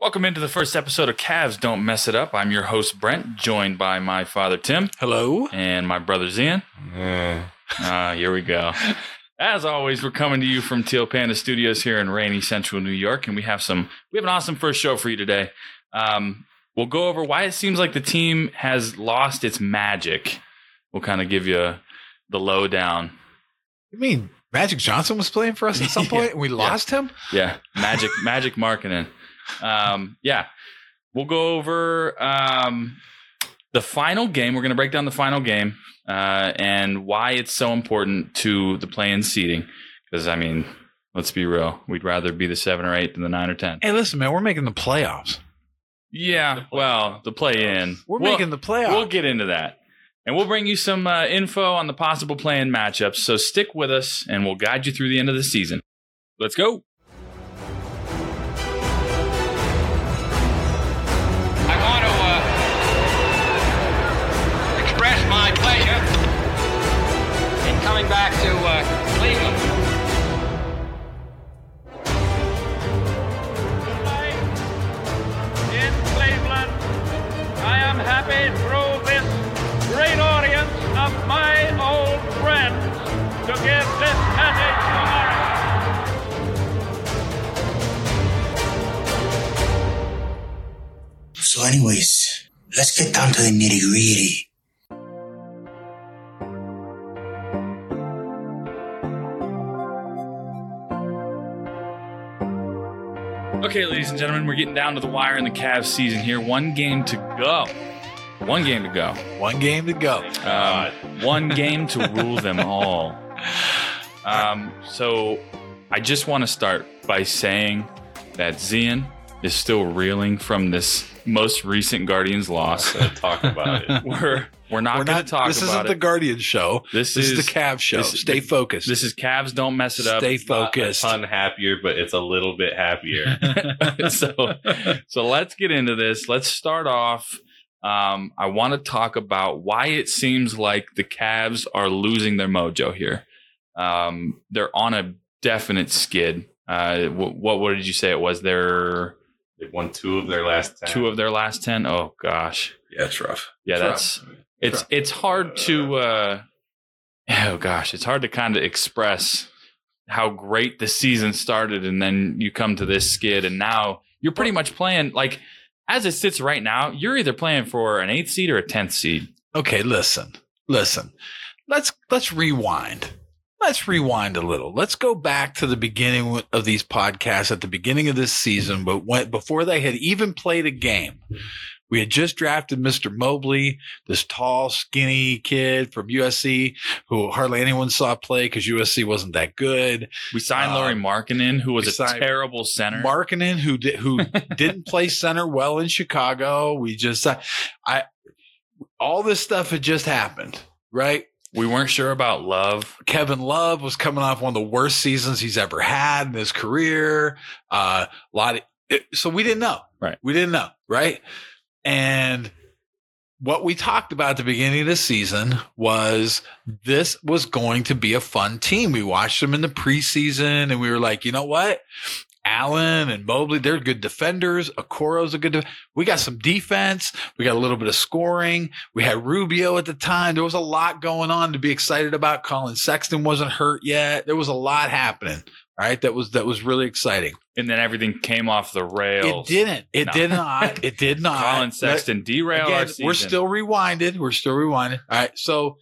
Welcome into the first episode of Cavs Don't Mess It Up. I'm your host, Brent, joined by my father, Tim, Hello. and my brother, Zian. Ah, here we go. As always, we're coming to you from Teal Panda Studios here in rainy Central New York, and we have some we have an awesome first show for you today. Um, we'll go over why it seems like the team has lost its magic. We'll kind of give you the lowdown. You mean Magic Johnson was playing for us at some Yeah. point and we lost him? Yeah, magic, magic marketing. Um, yeah, we'll go over um, the final game. We're going to break down the final game uh, and why it's so important to the play-in seating. Because I mean, let's be real, we'd rather be the seven or eight than the nine or ten. Hey, listen, man, we're making the playoffs. Yeah, well, the play-in. We're Well, making the playoffs. We'll get into that. And we'll bring you some uh, info on the possible playing matchups. So stick with us and we'll guide you through the end of the season. Let's go. I want to uh, express my pleasure in coming back to uh, Cleveland. In Cleveland, I am happy through this great audience of my old friends to give this message to America. So, anyways, let's get down to the nitty gritty. Okay, ladies and gentlemen, we're getting down to the wire in the Cavs season here. One game to go. One game to go. One game to go. Um, one game to rule them all. Um, so I just want to start by saying that Zian is still reeling from this most recent Guardians loss. talk about it. we're we're not we're going not to talk This about isn't the it. Guardian show. this, This is, is, the Cav show. this is- Stay focused. this is Cavs. Don't mess it up. Stay Not a focused. ton happier, but it's a little bit happier. so so let's get into this. Let's start off. Um, I want to talk about why it seems like the Cavs are losing their mojo here. Um, they're on a definite skid. Uh, what, what what did you say it was? Their They've won two of their last ten. two of their last ten. Oh gosh, yeah, it's rough. yeah, that's it's it's hard to uh, oh gosh, it's hard to kind of express how great the season started, and then you come to this skid, and now you're pretty much playing like as it sits right now, you're either playing for an eighth seed or a tenth seed. okay, listen. Listen. Let's let's rewind. Let's rewind a little. Let's go back to the beginning of these podcasts at the beginning of this season, but when, before they had even played a game. We had just drafted Mr. Mobley, this tall, skinny kid from USC who hardly anyone saw play because USC wasn't that good. We signed Uh, Laurie Markkinen, who was we a signed terrible center. Markkinen, who did, who didn't play center well in Chicago. We just, I, I, all this stuff had just happened, right? we weren't sure about Love. Kevin Love was coming off one of the worst seasons he's ever had in his career. Uh, a lot of, it- so we didn't know, Right. We didn't know, right? And what we talked about at the beginning of the season was this was going to be a fun team. We watched them in the preseason, and we were like, you know what? Allen and Mobley, they're good defenders. Okoro's a good. def- we got some defense. We got a little bit of scoring. We had Rubio at the time. There was a lot going on to be excited about. Colin Sexton wasn't hurt yet. There was a lot happening. All right, that was that was really exciting. And then everything came off the rails. It didn't. It No. did not. It did not. Colin Let- Sexton derailed our Again, season. we're still rewinded. We're still rewinded. All right. So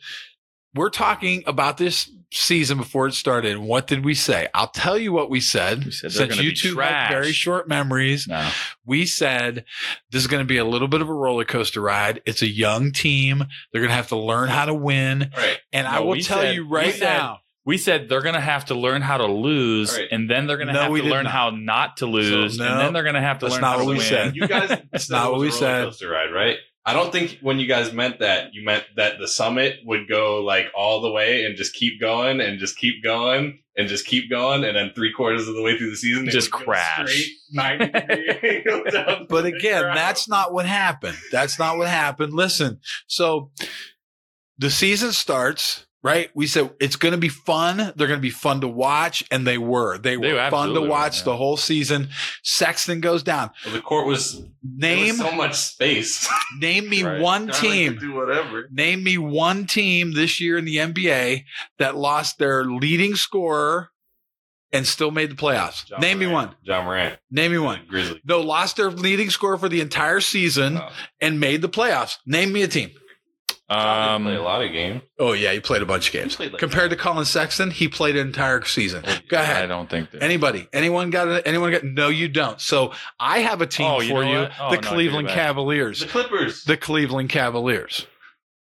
we're talking about this season before it started. And what did we say? I'll tell you what we said. We said they're Since gonna you be two trash. have very short memories, no. we said this is going to be a little bit of a roller coaster ride. It's a young team. They're going to have to learn how to win. All right. And I No, will we tell said- you we right said now. We said they're going to have to learn how to lose, All right. and then they're going to No, have we to did learn not. how not to lose, So, and no, then they're going to have to that's learn not how what to we win. said. You guys, That's said not it what was we a roller said. Coaster ride, right? I don't think when you guys meant that, you meant that the summit would go like all the way and just keep going and just keep going and just keep going, and then three quarters of the way through the season, it Just would go crash. straight ninety degree angle down But the again, ground. that's not what happened. That's not what happened. Listen, so the season starts. right? We said it's going to be fun. They're going to be fun to watch, and they were. They were fun to absolutely were, watch yeah. the whole season. Sexton goes down. Well, the court was there was Name so much space. name me Right. one Garland could team. do whatever. Name me one team this year in the NBA that lost their leading scorer and still made the playoffs. John Name me Morant. one. John Morant. Name me one. Grizzly. No, lost their leading scorer for the entire season Uh-huh. Oh. and made the playoffs. Name me a team. Um, Um, play a lot of games. Oh yeah, he played a bunch of games. played like- Compared to Colin Sexton, he played an entire season. Go Oh, I ahead. don't think that. Anybody? Anyone got it? Anyone got? No, you don't. So I have a team Oh, for you you: know what? Oh, no, the I take it Cleveland back. Cavaliers. The Clippers. The Cleveland Cavaliers.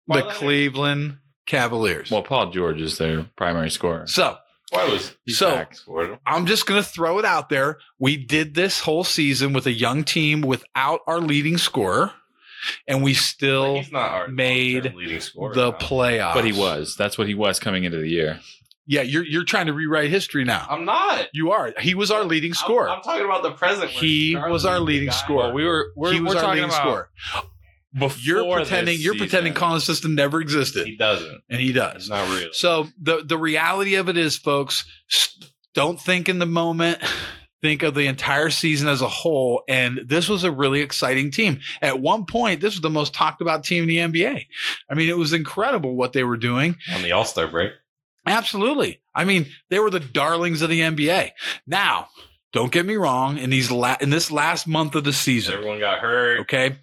Why the not? Cleveland Cavaliers. well, Paul George is their primary scorer. so Why was He's so- back. scored him? I'm just going to throw it out there. We did this whole season with a young team without our leading scorer, and we still He's not our made long-term leading scorer. the now. playoffs. But he was. That's what he was coming into the year. Yeah, you're you're trying to rewrite history now. I'm not. you are. He was our leading I'm- scorer. I'm, talking about the present. where He Garland was our is the leading guy. scorer. We were. We're, he was we're our talking leading about scorer. Before You're pretending. this You're pretending season. Colin Sexton never existed, He doesn't. and he It's does. not real. So the the reality of it is, folks, s- don't think in the moment. Think of the entire season as a whole. And this was a really exciting team. At one point, this was the most talked about team in the NBA. I mean, it was incredible what they were doing. on the All Star break. Absolutely. I mean, they were the darlings of the NBA. Now, don't get me wrong. In these la- in this last month of the season, Everyone got hurt. Okay.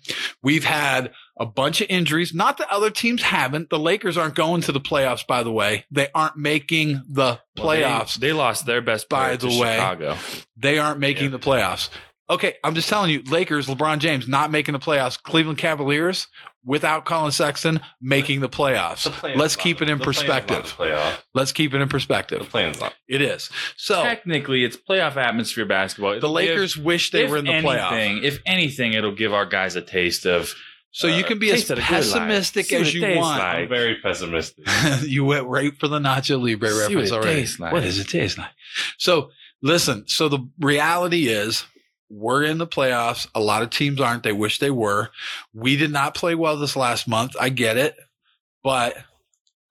We've had a bunch of injuries. Not that other teams haven't. The Lakers aren't going to the playoffs, by the way. They aren't making the Well, they- playoffs. They, lost their best By player the to way, Chicago. they, aren't making the playoffs. Okay. I'm just telling you, Lakers, LeBron James not making the playoffs. Cleveland Cavaliers without Colin Sexton making the playoffs. The plan's Let's not- keep it in the plan's not the perspective. Playoff. Let's keep it in The perspective. plan's not. It is. So Technically, it's playoff atmosphere basketball. the Lakers wish they were in the playoffs. If anything, it'll give our guys a taste of. So you uh, can be as taste of the good life. pessimistic See what as it you tastes want. like. I'm very pessimistic. you went right for the Nacho Libre See what reference it already. tastes like. What does it taste like? So listen. So the reality is, we're in the playoffs. A lot of teams aren't. They wish they were. We did not play well this last month. I get it, but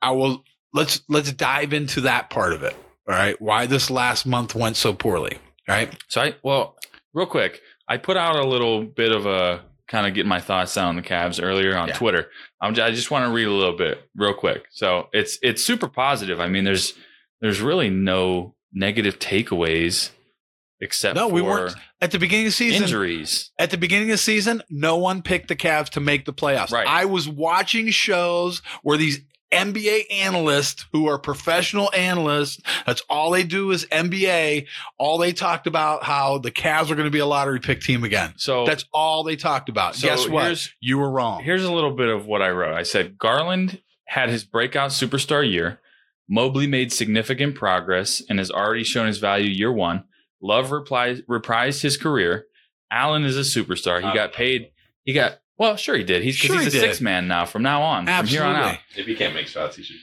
I will. Let's let's dive into that part of it. All right. Why this last month went so poorly. All right. So I well, real quick, I put out a little bit of a kind of getting my thoughts down on the Cavs earlier on Yeah. Twitter. I'm, j- I just want to read a little bit real quick. So it's it's super positive. I mean, there's there's really no negative takeaways except No, for we weren't- At the beginning of the season, injuries. At the beginning of the season, no one picked the Cavs to make the playoffs. Right. I was watching shows where these NBA analysts who are professional analysts, that's all they do is NBA. All they talked about how the Cavs are going to be a lottery pick team again. So That's all they talked about. so Guess what? here's- You were wrong. Here's a little bit of what I wrote. I said Garland had his breakout superstar year. Mobley made significant progress and has already shown his value year one. Love replies, reprised his career. Allen is a superstar. He got paid. He got well, sure he did. He's 'cause Uh, Sure he's he a did. six man now. From now on, Absolutely. from here on out, if he can't make shots, he should.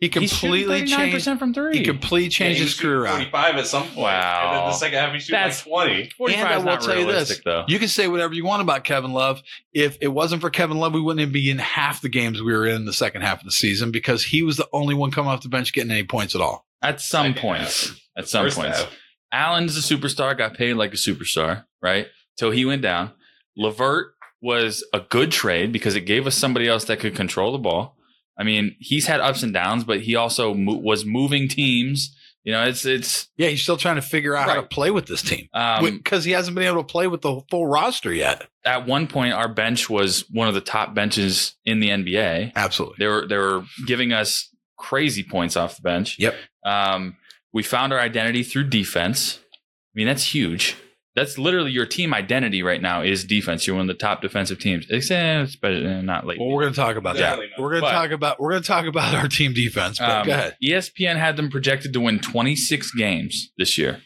He He's shooting completely 39% changed. from three. He completely changed his career around. Forty-five at some point. Wow. And then the second half, he shoots like That's- twenty. 45 And I is will not tell you this. realistic though. You can say whatever you want about Kevin Love. If it wasn't for Kevin Love, we wouldn't even be in half the games we were in the second half of the season because he was the only one coming off the bench getting any points at all. at some Second points, half. at some First points, half. Allen's a superstar, got paid like a superstar, right? Till he went down. Lavert was a good trade because it gave us somebody else that could control the ball. I mean, he's had ups and downs, but he also mo- was moving teams. You know, it's it's Yeah, he's still trying to figure out how to Right. play with this team um, because he hasn't been able to play with the full roster yet. at one point our bench was one of the top benches in the NBA. Absolutely. They were they were giving us crazy points off the bench. Yep. Um, we found our identity through defense. I mean, that's huge. That's literally your team identity right now is defense. You're one of the top defensive teams, except but eh, not lately. Well, we're going to talk about that. Definitely not. We're going to But- talk about we're going to talk about our team defense. But Um, go ahead. ESPN had them projected to win 26 games this year.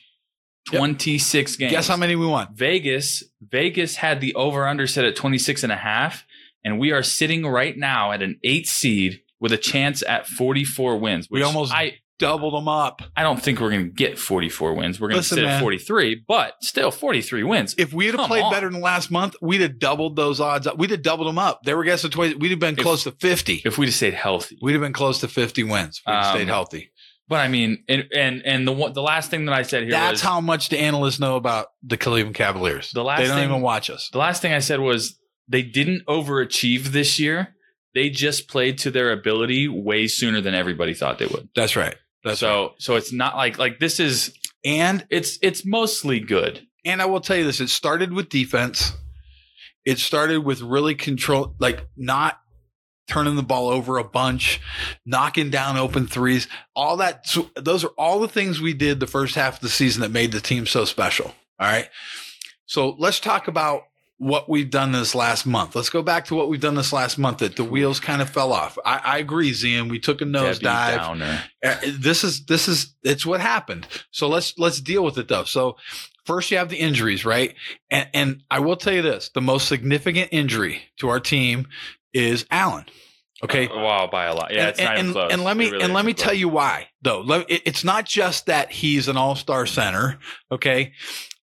Yep. 26 games. Guess how many we won? Vegas, Vegas had the over under set at 26 and a half, and we are sitting right now at an eight seed with a chance at 44 wins. We which almost I doubled them up. I don't think we're going to get 44 wins. We're going to Listen, sit man. at 43, but still 43 wins. If we had Come played on. better than last month, we'd have doubled those odds up. We'd have doubled them up. They were guessing twenty. We'd have been If- close to fifty. If we just stayed healthy. We'd have been close to fifty wins. If we'd Um, stayed healthy. But I mean, and and, and the one, the last thing that I said here That's was how much the analysts know about the Cleveland Cavaliers. The last they don't thing- even watch us. the last thing I said was they didn't overachieve this year. They just played to their ability way sooner than everybody thought they would. That's right. That's right. so so it's not like like this is And it's it's mostly good. and I will tell you this: it started with defense. It started with really control, like not turning the ball over a bunch, knocking down open threes, all that. So those are all the things we did the first half of the season that made the team so special. All right. So let's talk about what we've done this last month. Let's go back to what we've done this last month that the wheels kind of fell off. I, I agree, Zian. We took a Debbie nosedive. Downer. Uh, this is this is it's what happened so let's let's deal with it though so first you have the injuries right and and i will tell you this the most significant injury to our team is allen okay Wow, by a lot. Yeah, and, it's not and, even close. and let me It really and let isn't me close. tell you why though. Let- it- It's not just that he's an all-star center, okay?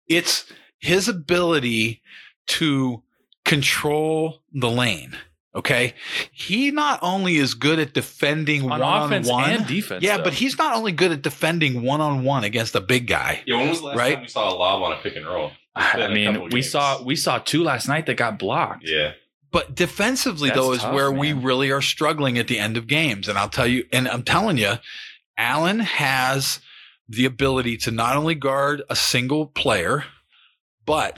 It's his ability to control the lane. Okay, he not only is good at defending on one offense on one, and defense. yeah, though. but he's not only good at defending one on one against a big guy. Yeah, when was the last Right? time we saw a lob on a pick and roll? been I a mean, couple we games. saw we saw two last night that got blocked. Yeah. But defensively, That's though, is tough, where we man. really are struggling at the end of games. And I'll tell you, and I'm telling you, Allen has the ability to not only guard a single player, but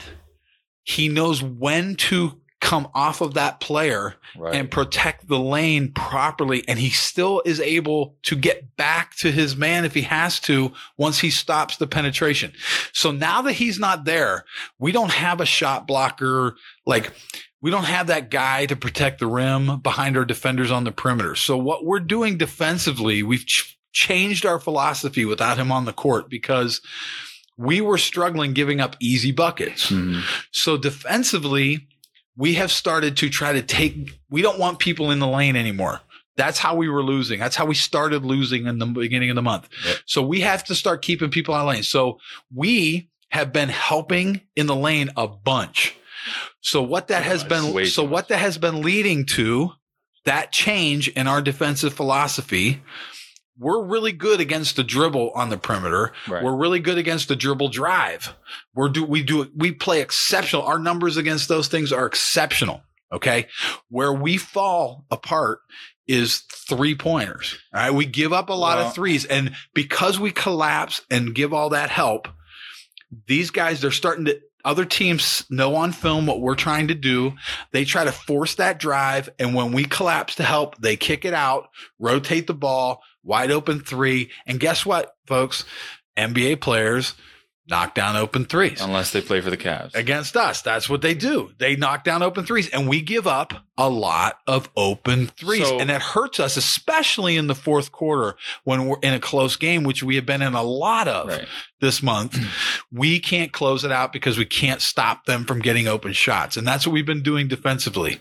he knows when to come off of that player Right. and protect the lane properly. And he still is able to get back to his man if he has to once he stops the penetration. So now that he's not there, we don't have a shot blocker. Like we don't have that guy to protect the rim behind our defenders on the perimeter. So what we're doing defensively, we've ch- changed our philosophy without him on the court because we were struggling giving up easy buckets. Mhm. So defensively, we have started to try to take, we don't want people in the lane anymore. That's how we were losing. That's how we started losing in the beginning of the month. Yep. So we have to start keeping people out of lane. So we have been helping in the lane a bunch. So what that Yeah, has it's been way so too what that has been leading to that change in our defensive philosophy. We're really good against the dribble on the perimeter. Right. We're really good against the dribble drive. We're do we do we play exceptional. Our numbers against those things are exceptional. Okay. Where we fall apart is three pointers. All right. We give up a lot Well- of threes. And because we collapse and give all that help, these guys, they're starting to other teams know on film what we're trying to do. They try to force that drive. And when we collapse to help, they kick it out, rotate the ball, wide open three. And guess what, folks? NBA players knock down open threes Unless they play for the Cavs. against us. That's what they do. They knock down open threes, and we give up a lot of open threes, So- and that hurts us, especially in the fourth quarter when we're in a close game, which we have been in a lot of Right. this month. we can't close it out because we can't stop them from getting open shots, and that's what we've been doing defensively.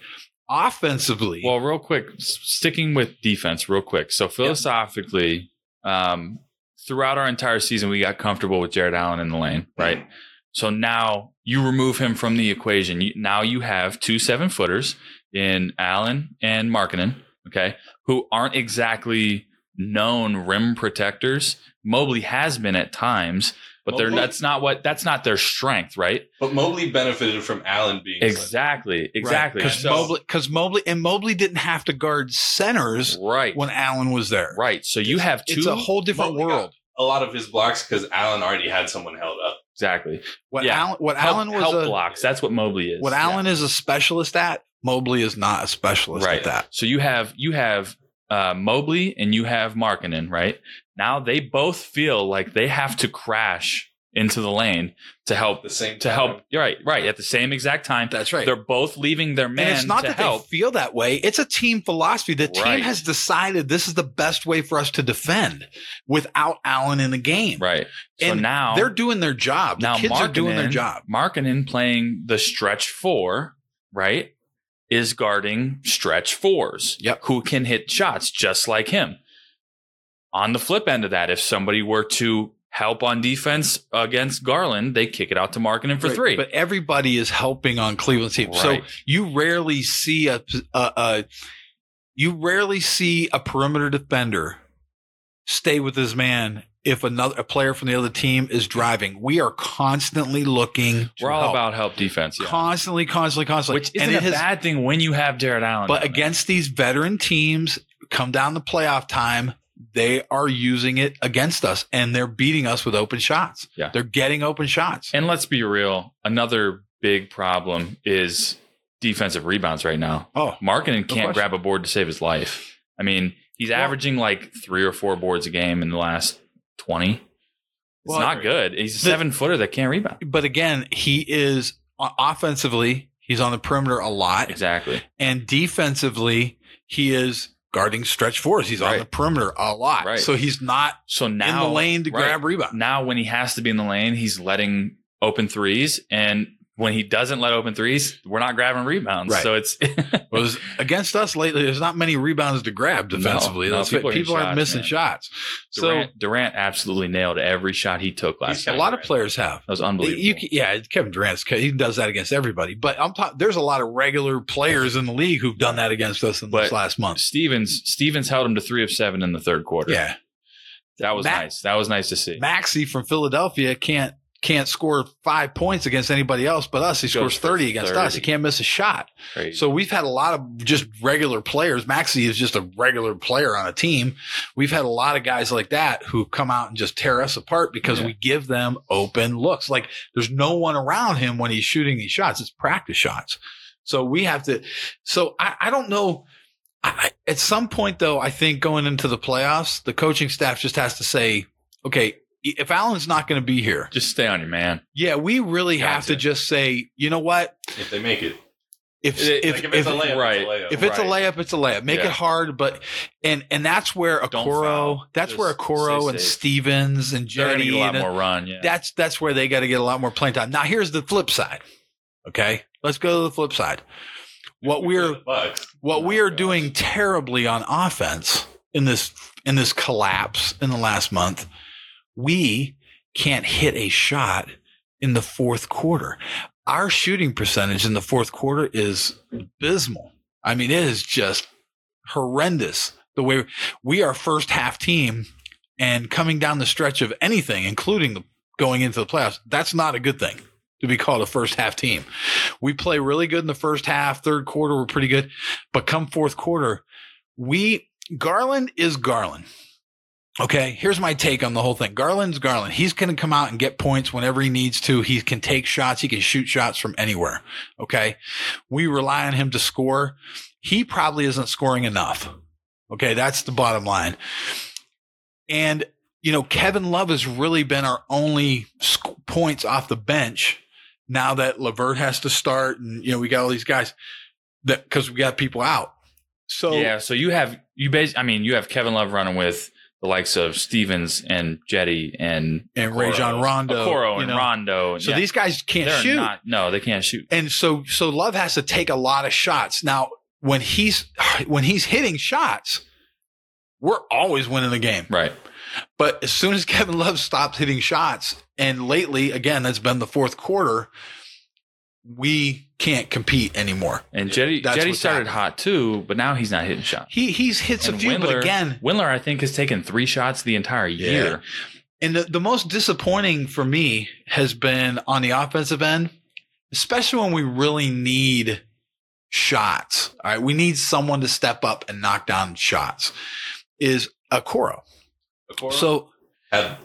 Offensively, Well, real quick, s- sticking with defense, real quick. So philosophically, um, throughout our entire season, we got comfortable with Jared Allen in the lane, right? So now you remove him from the equation. You, now you have two seven footers in Allen and Markkinen, okay, who aren't exactly known rim protectors. Mobley has been at times, but they're Mobley- that's not what that's not their strength, right? But Mobley benefited from Allen being Exactly, exactly. because So- Mobley, because Mobley, and Mobley didn't have to guard centers right, when Allen was there. right. So you have two It's a whole different Mobley got- world. a lot of his blocks because Allen already had someone held up. Exactly. What yeah. Allen, what Help- Allen was help a, blocks. That's what Mobley is. What Yeah. Allen is a specialist at, Mobley is not a specialist right. at that. So you have you have uh, Mobley and you have Markkinen, right? Now they both feel like they have to crash into the lane to help The same to time. help. You're Right, right. At the same exact time, That's right. they're both leaving their man and it's not to that help. they feel that way. It's a team philosophy. The team Right. has decided this is the best way for us to defend without Allen in the game. right. So And now They're doing their job. The now kids are doing their job. Markkinen playing the stretch four, right, is guarding stretch fours. Yep. Who can hit shots just like him. On the flip end of that, if somebody were to help on defense against Garland, they kick it out to Markkinen for Right, three. But everybody is helping on Cleveland's team. So Right. you rarely see a, a, a you rarely see a perimeter defender stay with his man if another a player from the other team is driving. We are constantly looking. to We're all help. about help defense, yeah. constantly, constantly, constantly. which And isn't a it has- bad thing when you have Jared Allen. But doing it. against these veteran teams, come down to playoff time, they are using it against us, and they're beating us with open shots. Yeah. they're getting open shots. and let's be real, another big problem is defensive rebounds right now. oh, Markkinen can't question. grab a board to save his life. I mean, he's Well- averaging like three or four boards a game in the last twenty. It's Well, not good. He's a the- seven footer that can't rebound. but again, he is o- offensively, he's on the perimeter a lot, Exactly. and defensively, he is guarding stretch fours. He's on Right. the perimeter a lot, Right. so he's not So now in the lane to right. grab rebound. now when he has to be in the lane, he's letting open threes, and when he doesn't let open threes, we're not grabbing rebounds. Right. So it's was against us lately. There's not many rebounds to grab No, defensively. no, That's it. people are people, hitting are shots, missing man. shots. So Durant, Durant absolutely nailed every shot he took last He's night. a lot of players have. That was unbelievable. You, can- yeah, Kevin Durant's he does that against everybody. But I'm talking. There's a lot of regular players in the league who've done that against us in this But- last month. Stevens Stevens held him to three of seven in the third quarter. Yeah, that was Matt- nice. That was nice to see. Maxi from Philadelphia can't can't score five points against anybody else but us. He Goes scores for thirty against us. He 30. can't miss a shot. Crazy. So we've had a lot of just regular players. Maxi is just a regular player on a team. We've had a lot of guys like that who come out and just tear us apart because Yeah. we give them open looks. Like there's no one around him when he's shooting these shots. It's practice shots. So we have to. So I, I don't know. I, I- at some point, though, I think going into the playoffs, the coaching staff just has to say, okay, if Allen's not going to be here, just stay on your man. yeah, we really have Gotcha. to just say, you know what? if they make it. If Like, Like, if it's a layup, right. it's a layup. if it's Right. a layup, it's a layup. Make Yeah. it hard, but and and that's where Don't Okoro, foul. that's where Just Okoro stay and safe. Stevens and They're gonna get Jetty, a lot and- more run. Yeah. that's that's where they got to get a lot more playing time. Now here's the flip side. Okay, let's go to the flip side. What we're the Bucks. what Oh, we are gosh. doing terribly on offense in this in this collapse in the last month, we can't hit a shot in the fourth quarter. Our shooting percentage in the fourth quarter is abysmal. I mean, it is just horrendous the way we are first half team and coming down the stretch of anything, including the, going into the playoffs. That's not a good thing to be called a first half team. We play really good in the first half, third quarter, we're pretty good. But come fourth quarter, we Garland is Garland. Okay, here's my take on the whole thing. Garland's Garland. He's going to come out and get points whenever he needs to. He can take shots. He can shoot shots from anywhere. Okay. We rely on him to score. He probably isn't scoring enough. Okay. That's the bottom line. And, you know, Kevin Love has really been our only sc- points off the bench now that Lavert has to start. And, you know, we got all these guys that because we got people out. So, yeah. So you have you base. I mean, you have Kevin Love running with the likes of Stevens and Jetty and and Ray John Okoro. Rondo. Okoro you and know. Rondo. So Yeah. these guys can't They're shoot. not- no, they can't shoot. and so so Love has to take a lot of shots. Now, when he's when he's hitting shots, we're always winning the game. Right. But as soon as Kevin Love stops hitting shots, and lately, again, that's been the fourth quarter, we can't compete anymore. And Jetty That's Jetty what's started happening. hot too, but now he's not hitting shots. He he's hits a And few, but again, Windler, I think, has taken three shots the entire Yeah. year. and the, the most disappointing for me has been on the offensive end, especially when we really need shots. All right, we need someone to step up and knock down shots. Is Okoro. Okoro So had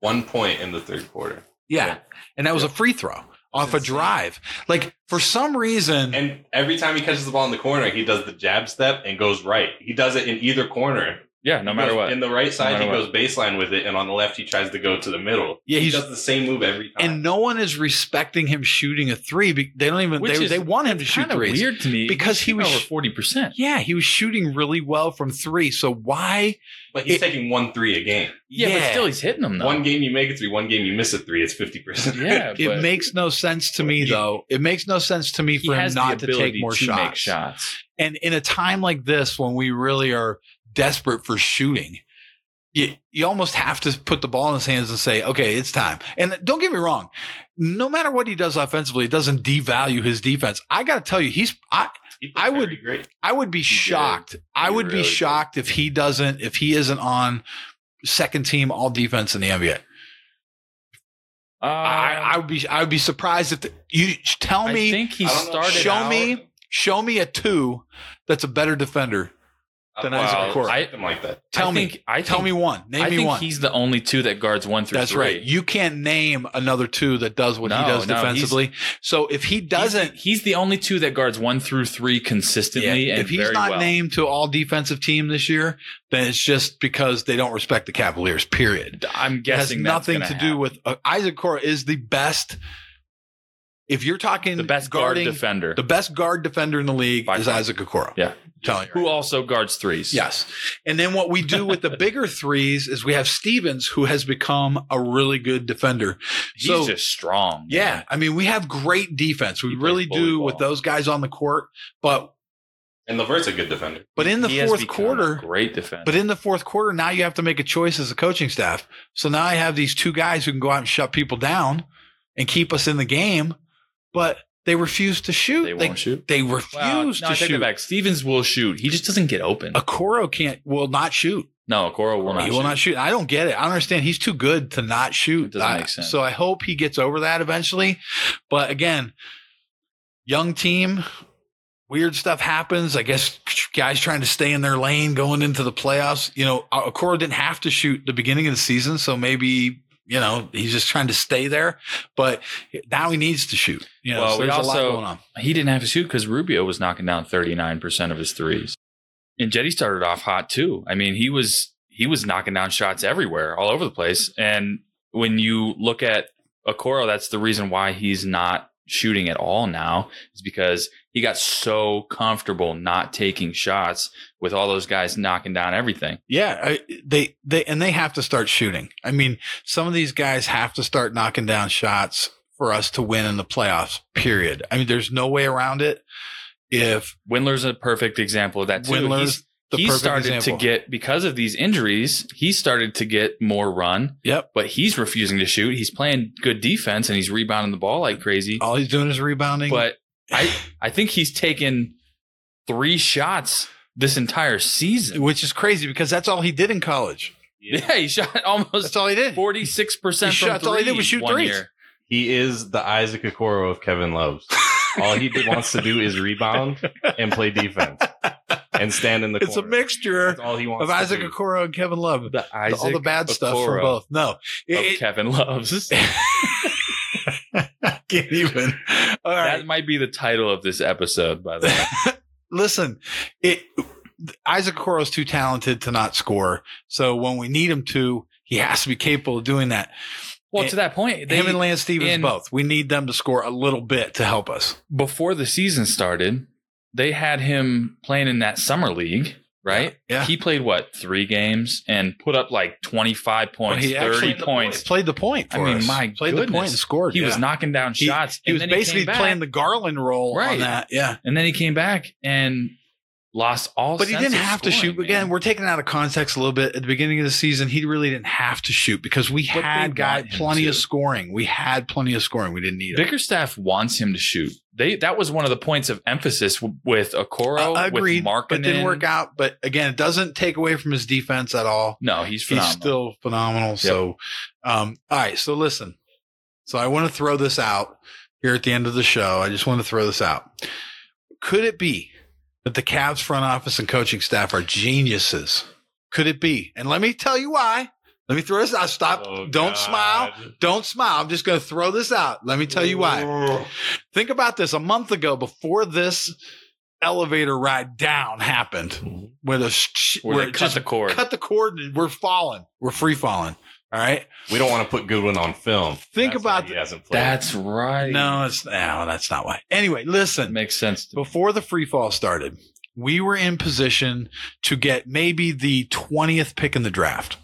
one point in the third quarter. yeah, Yeah. and that was a free throw off a insane. drive. Like for some reason, And every time he catches the ball in the corner, he does the jab step and goes right. He does it in either corner. Yeah, no matter what. In the right side, matter he what. goes baseline with it, and on the left, he tries to go to the middle. Yeah, he he's- does the same move every time. and no one is respecting him shooting a three. be- They don't even Which they, is- they want him to shoot Kind of threes. weird to me because he He's was- over forty percent. Yeah, he was shooting really well from three. So why? but he's it- taking one three a game. Yeah, but still he's hitting them though. One game you make a three, one game you miss a three. It's fifty percent. yeah, but it makes no sense to me though. It makes no sense to me he for him has the not to take ability more to shots. make shots. And in a time like this, when we really are desperate for shooting, you, you almost have to put the ball in his hands and say, okay, it's time. And don't get me wrong, no matter what he does offensively, it doesn't devalue his defense. I got to tell you, he's I He did I would- very great. I would be shocked. I He would really be did. shocked if he doesn't if he isn't on second team all defense in the NBA. Uh, I, I would be I would be surprised if the, you tell I me think he I don't know. started. show out- me show me a two that's a better defender. Then I Isaac Okoro. I him like that. Tell I me. think- I tell think- me one. Name I me think one. he's the only two that guards one through That's three. right. You can't name another two that does what he No, does no, he's- defensively. So if he doesn't, He's, he's the only two that guards one through three consistently yeah, and if he's very not well. named to all defensive team this year, then it's just because they don't respect the Cavaliers. Period. I'm It has guessing that's nothing to gonna do happen. with uh, Isaac Cora is the best. If you're talking the best guard guarding- defender the best guard defender in the league By is far. Isaac Okoro. Yeah. telling you. who also guards threes. Yes. And then what we do with the bigger threes is we have Stevens, who has become a really good defender. he's So- just strong. Yeah. man. I mean, we have great defense. We He plays really do bully with ball. those guys on the court. But And Levert's a good defender. but in the He has fourth become a quarter, great defense. but in the fourth quarter, now you have to make a choice as a coaching staff. So now I have these two guys who can go out and shut people down and keep us in the game, but they refuse to shoot. they won't shoot. They refuse Well, no, I to take that shoot. back. Stevens will shoot. He just doesn't get open. Okoro can't will not shoot. no, Okoro will not. he shoot. will not shoot. I don't get it. I don't understand. He's too good to not shoot. It doesn't I- make sense. So I hope he gets over that eventually. But again, young team, weird stuff happens. I guess guys trying to stay in their lane going into the playoffs. You know, uh, Okoro didn't have to shoot the beginning of the season, so maybe you know he's just trying to stay there. But now he needs to shoot. You know, Well, so we there's a also- lot going on. He didn't have to shoot because Rubio was knocking down 39% of his threes. And Jetty started off hot too. I mean, he was he was knocking down shots everywhere, all over the place. And when you look at Okoro, that's the reason why he's not shooting at all now, is because he got so comfortable not taking shots with all those guys knocking down everything. Yeah, I, they they and they have to start shooting. I mean, some of these guys have to start knocking down shots for us to win in the playoffs. Period. I mean, there's no way around it. If Windler's a perfect example of that too. Windler's He's- the he perfect started example. to get because of these injuries, he started to get more run. Yep. But he's refusing to shoot. He's playing good defense and he's rebounding the ball like crazy. all he's doing is rebounding. But I I think he's taken three shots this entire season. which is crazy because that's all he did in college. Yeah, he shot That's almost all he did. forty six percent He from shot- three. all he did was shoot one threes. year. He is the Isaac Okoro of Kevin Love's. All he wants to do is rebound and play defense and stand in the It's a corner. mixture That's all he wants of to Isaac do. Okoro and Kevin Love. The Isaac all the bad stuff from Okoro both. No, of It- it- Kevin Loves. I can't even. All right. That might be the title of this episode, by the way. listen, it Isaac Okoro's too talented to not score. So when we need him to, he has to be capable of doing that. Well, And- to that point, him and Lance Stevens in- both. We need them to score a little bit to help us. before the season started, they had him playing in that summer league, right? Yeah. He played what three games and put up like twenty five points, He thirty actually points. played the point. I for mean, us. my played the point goodness. and scored. He yeah. was knocking down He- shots. He and was then basically came back, playing the Garland role Right. on that. Yeah. and then he came back and lost all. But he sense didn't of have to scoring, shoot. Again, man. we're taking it out of context a little bit. At the beginning of the season, he really didn't have to shoot because we But they had got want him plenty of to. scoring. We had plenty of scoring. We didn't need it. Bickerstaff wants him to shoot. They that was one of the points of emphasis w- with Okoro, I- I with agreed, Mark, but it didn't work out. But again, it doesn't take away from his defense at all. No, he's phenomenal. He's still phenomenal. So, um, all right. So listen. So I want to throw this out here at the end of the show. I just want to throw this out. Could it be that the Cavs front office and coaching staff are geniuses? Could it be? And let me tell you why. Let me throw this out. Stop. Oh, Don't God. smile. Don't smile. I'm just going to throw this out. Let me tell you why. Think about this. A month ago, before this elevator ride down happened, where the sh- Mm-hmm. where where they it cut just the cord. cut the cord and we're falling, we're free falling. All right. We don't want to put Goodwin on film. Think That's about why he th- hasn't played. That's right. No, it's no, that's not why. Anyway, that listen. makes sense. To me. Before the free fall started, we were in position to get maybe the twentieth pick in the draft.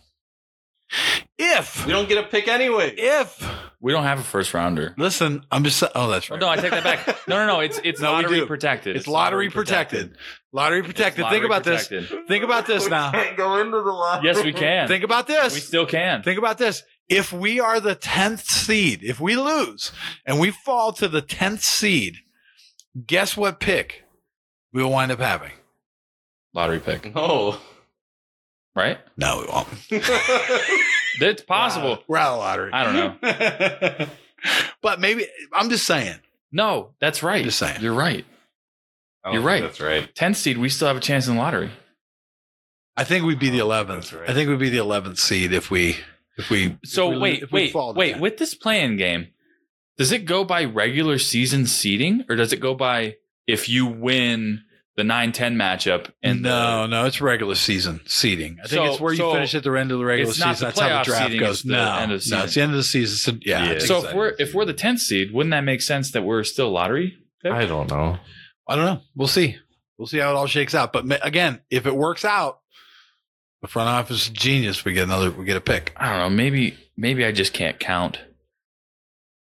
If we don't get a pick anyway. if We don't have a first rounder. Listen, I'm just. Oh, that's Oh, right. no, I take that back. No, no, no. It's it's No, we lottery do. protected. it's, lottery protected. Lottery protected. Think about this. this. Think about this now. can't go into the lottery. Yes, we can. Think about this. we still can. Think about this. If we are the 10th seed, if we lose and we fall to the 10th seed, guess what pick we'll wind up having? lottery pick, No. right? No, we won't. It's possible. We're out of the lottery. I don't know. But maybe, I'm just saying. No, that's right. Just saying. You're right. You're right. That's right. 10th seed, we still have a chance in the lottery. I think we'd be the 11th. That's right. I think we'd be the 11th seed if we, if we, So if we- wait, if we wait, fall to wait. 10th. With this playing game, does it go by regular season seeding or does it go by if you win the 9-10 matchup and uh, no, no, it's regular season seeding. I So- think it's where you so finish at the end of the regular it's not season. the That's how the playoff draft seeding, goes. it's the no, end of the no, season. it's the end of the season. So, yeah. Yeah. the, it's So if exactly- we're if we're the 10th seed, wouldn't that make sense that we're still lottery? pick? I don't know. I don't know. We'll see. We'll see how it all shakes out. But ma- again, if it works out, the front office is genius. We get another. We get a pick. I don't know. Maybe maybe I just can't count.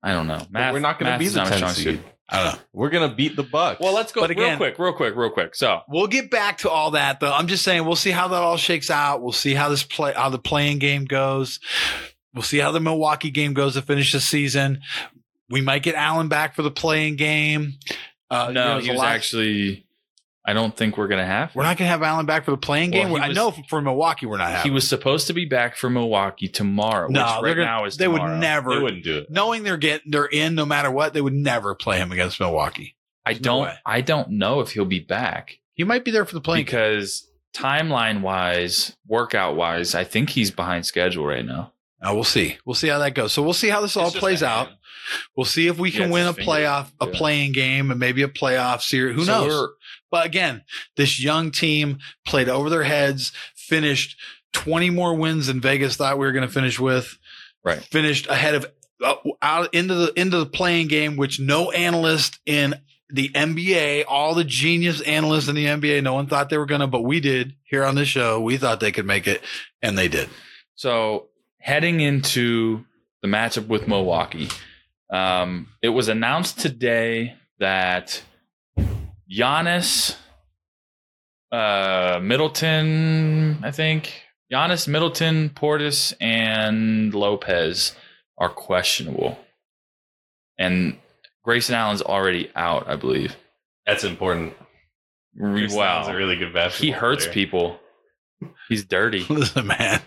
I don't know. But we're not going to math be is the my 10th strong seed. I don't know. We're going to beat the Bucks. Well, let's go But real again- quick, real quick, real quick. So We'll get back to all that though. I'm just saying we'll see how that all shakes out. We'll see how this play how the playing game goes. We'll see how the Milwaukee game goes to finish the season. We might get Allen back for the playing game. Uh, you know, no, there's he a was lot- actually. I don't think we're gonna have. We're not going to have Allen back for the playing Well, game. he I was- know for Milwaukee we're not He having. was supposed to be back for Milwaukee tomorrow, No, which they're right gonna- now is they would tomorrow. never- They wouldn't do it. knowing they're getting they're in no matter what. They would never play him against Milwaukee. I no don't. way. I don't know if he'll be back He might be there for the playing. because timeline wise, workout wise, I think he's behind schedule right now. Uh, we'll see. We'll see how that goes. So we'll see how this all It's just plays a out. hand. We'll see if we Yeah, can it's win his a finger. playoff, a Yeah. playing game, and maybe a playoff series. Who So knows? we're- But again, this young team played over their heads, finished 20 more wins than Vegas thought we were going to finish with. Right. Finished ahead of uh, out into the into the playing game, which no analyst in the NBA, all the genius analysts in the NBA, no one thought they were going to, but we did here on this show. We thought they could make it, and they did. So heading into the matchup with Milwaukee, um, it was announced today that Giannis, uh, Middleton, I think Giannis, Middleton, Portis, and Lopez are questionable, and Grayson Allen's already out, I believe. That's important. Chris Allen's wow, a really good basketball. he hurts player. people. He's dirty. Listen, man.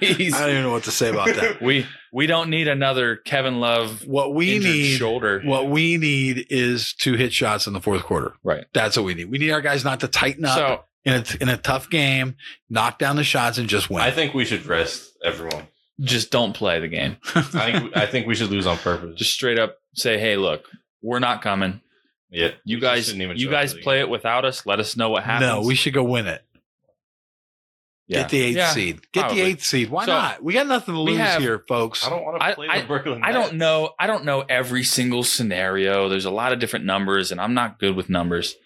He's I don't even know what to say about that. we we don't need another Kevin Love What we injured need, shoulder. what we need is to hit shots in the fourth quarter. Right. That's what we need. We need our guys not to tighten up so in a in a tough game, knock down the shots, and just win. I think we should rest everyone. just don't play the game. I think I think we should lose on purpose. Just straight up say, hey, look, we're not coming. yeah, You we just guys, shouldn't even you show guys up to the play it without us. Let us know what happens. no, we should go win it. Yeah. Get the eighth Yeah, seed. Get probably. the eighth seed. Why So, not? We got nothing to we lose have- here, folks. game. I don't want I- to play the Brooklyn. I don't Nets. know. I don't know every single scenario. There's a lot of different numbers, and I'm not good with numbers.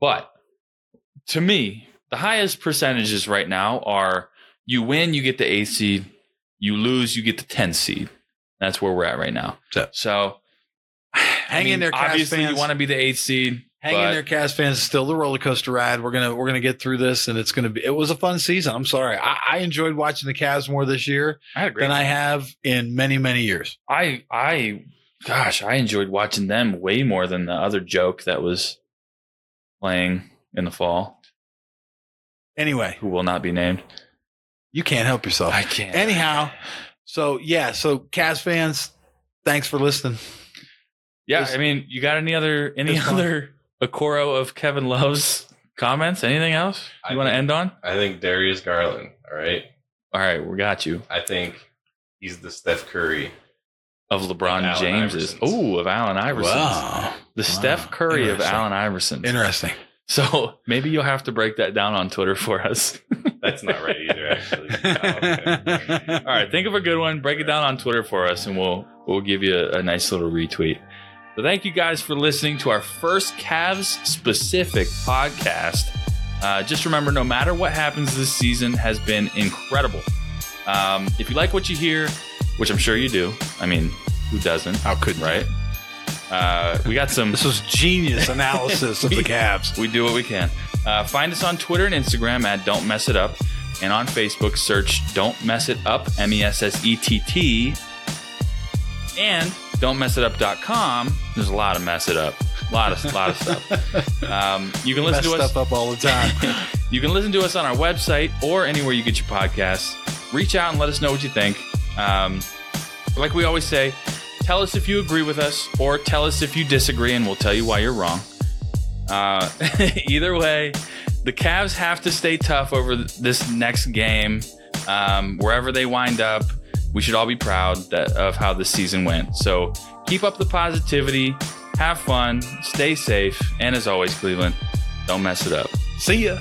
But to me, the highest percentages right now are you win, you get the eighth seed. You lose, you get the 10th seed. That's where we're at right now. So- So Hang in there, Cavs Obviously, you fans. want to be the eighth seed. Hang but in there, Cavs fans. It's still the roller coaster ride. We're gonna we're gonna get through this, and it's gonna be. It was a fun season. I'm sorry. I, I enjoyed watching the Cavs more this year I had a great. than I have in many many years. I I gosh, I enjoyed watching them way more than the other joke that was playing in the fall, Anyway, who will not be named. you can't help yourself. I can't. Anyhow, so yeah, so Cavs fans, thanks for listening. Yeah, This- I mean, you got any other any this one. other Okoro of Kevin Love's comments? Anything else I you want to think- end on? I think Darius Garland. All right, All right, we got you. I think he's the Steph Curry. Of LeBron Of Allen James's. Iverson's. Oh, of Allen Iverson. The Steph Curry of Interesting. Allen Iverson. Interesting. so maybe you'll have to break that down on Twitter for us. That's not right either. Actually. Okay. All right, think of a good one, break it down on Twitter for us, and we'll we'll give you a, a nice little retweet. So thank you guys for listening to our first Cavs specific podcast. Uh, just remember, no matter what happens this season, has been incredible. Um, if you like what you hear, which I'm sure you do. I mean, who doesn't, How could right? Uh, we got some. This was genius analysis of the Cavs. We do what we can. Uh, find us on Twitter and Instagram at Don't Mess It Up, and on Facebook, search Don't Mess It Up, M E S S E T T, and don'tmessitup.com. There's a lot of mess it up, a lot of, lot of stuff. Um, you can listen Mess to us. stuff up all the time. You can listen to us on our website or anywhere you get your podcasts. Reach out and let us know what you think. Um, like we always say, tell us if you agree with us or tell us if you disagree, and we'll tell you why you're wrong. Uh, either way, the Cavs have to stay tough over th- this next game. Um, wherever they wind up, we should all be proud that, of how this season went. So keep up the positivity, have fun, stay safe, and as always, Cleveland, don't mess it up. See ya.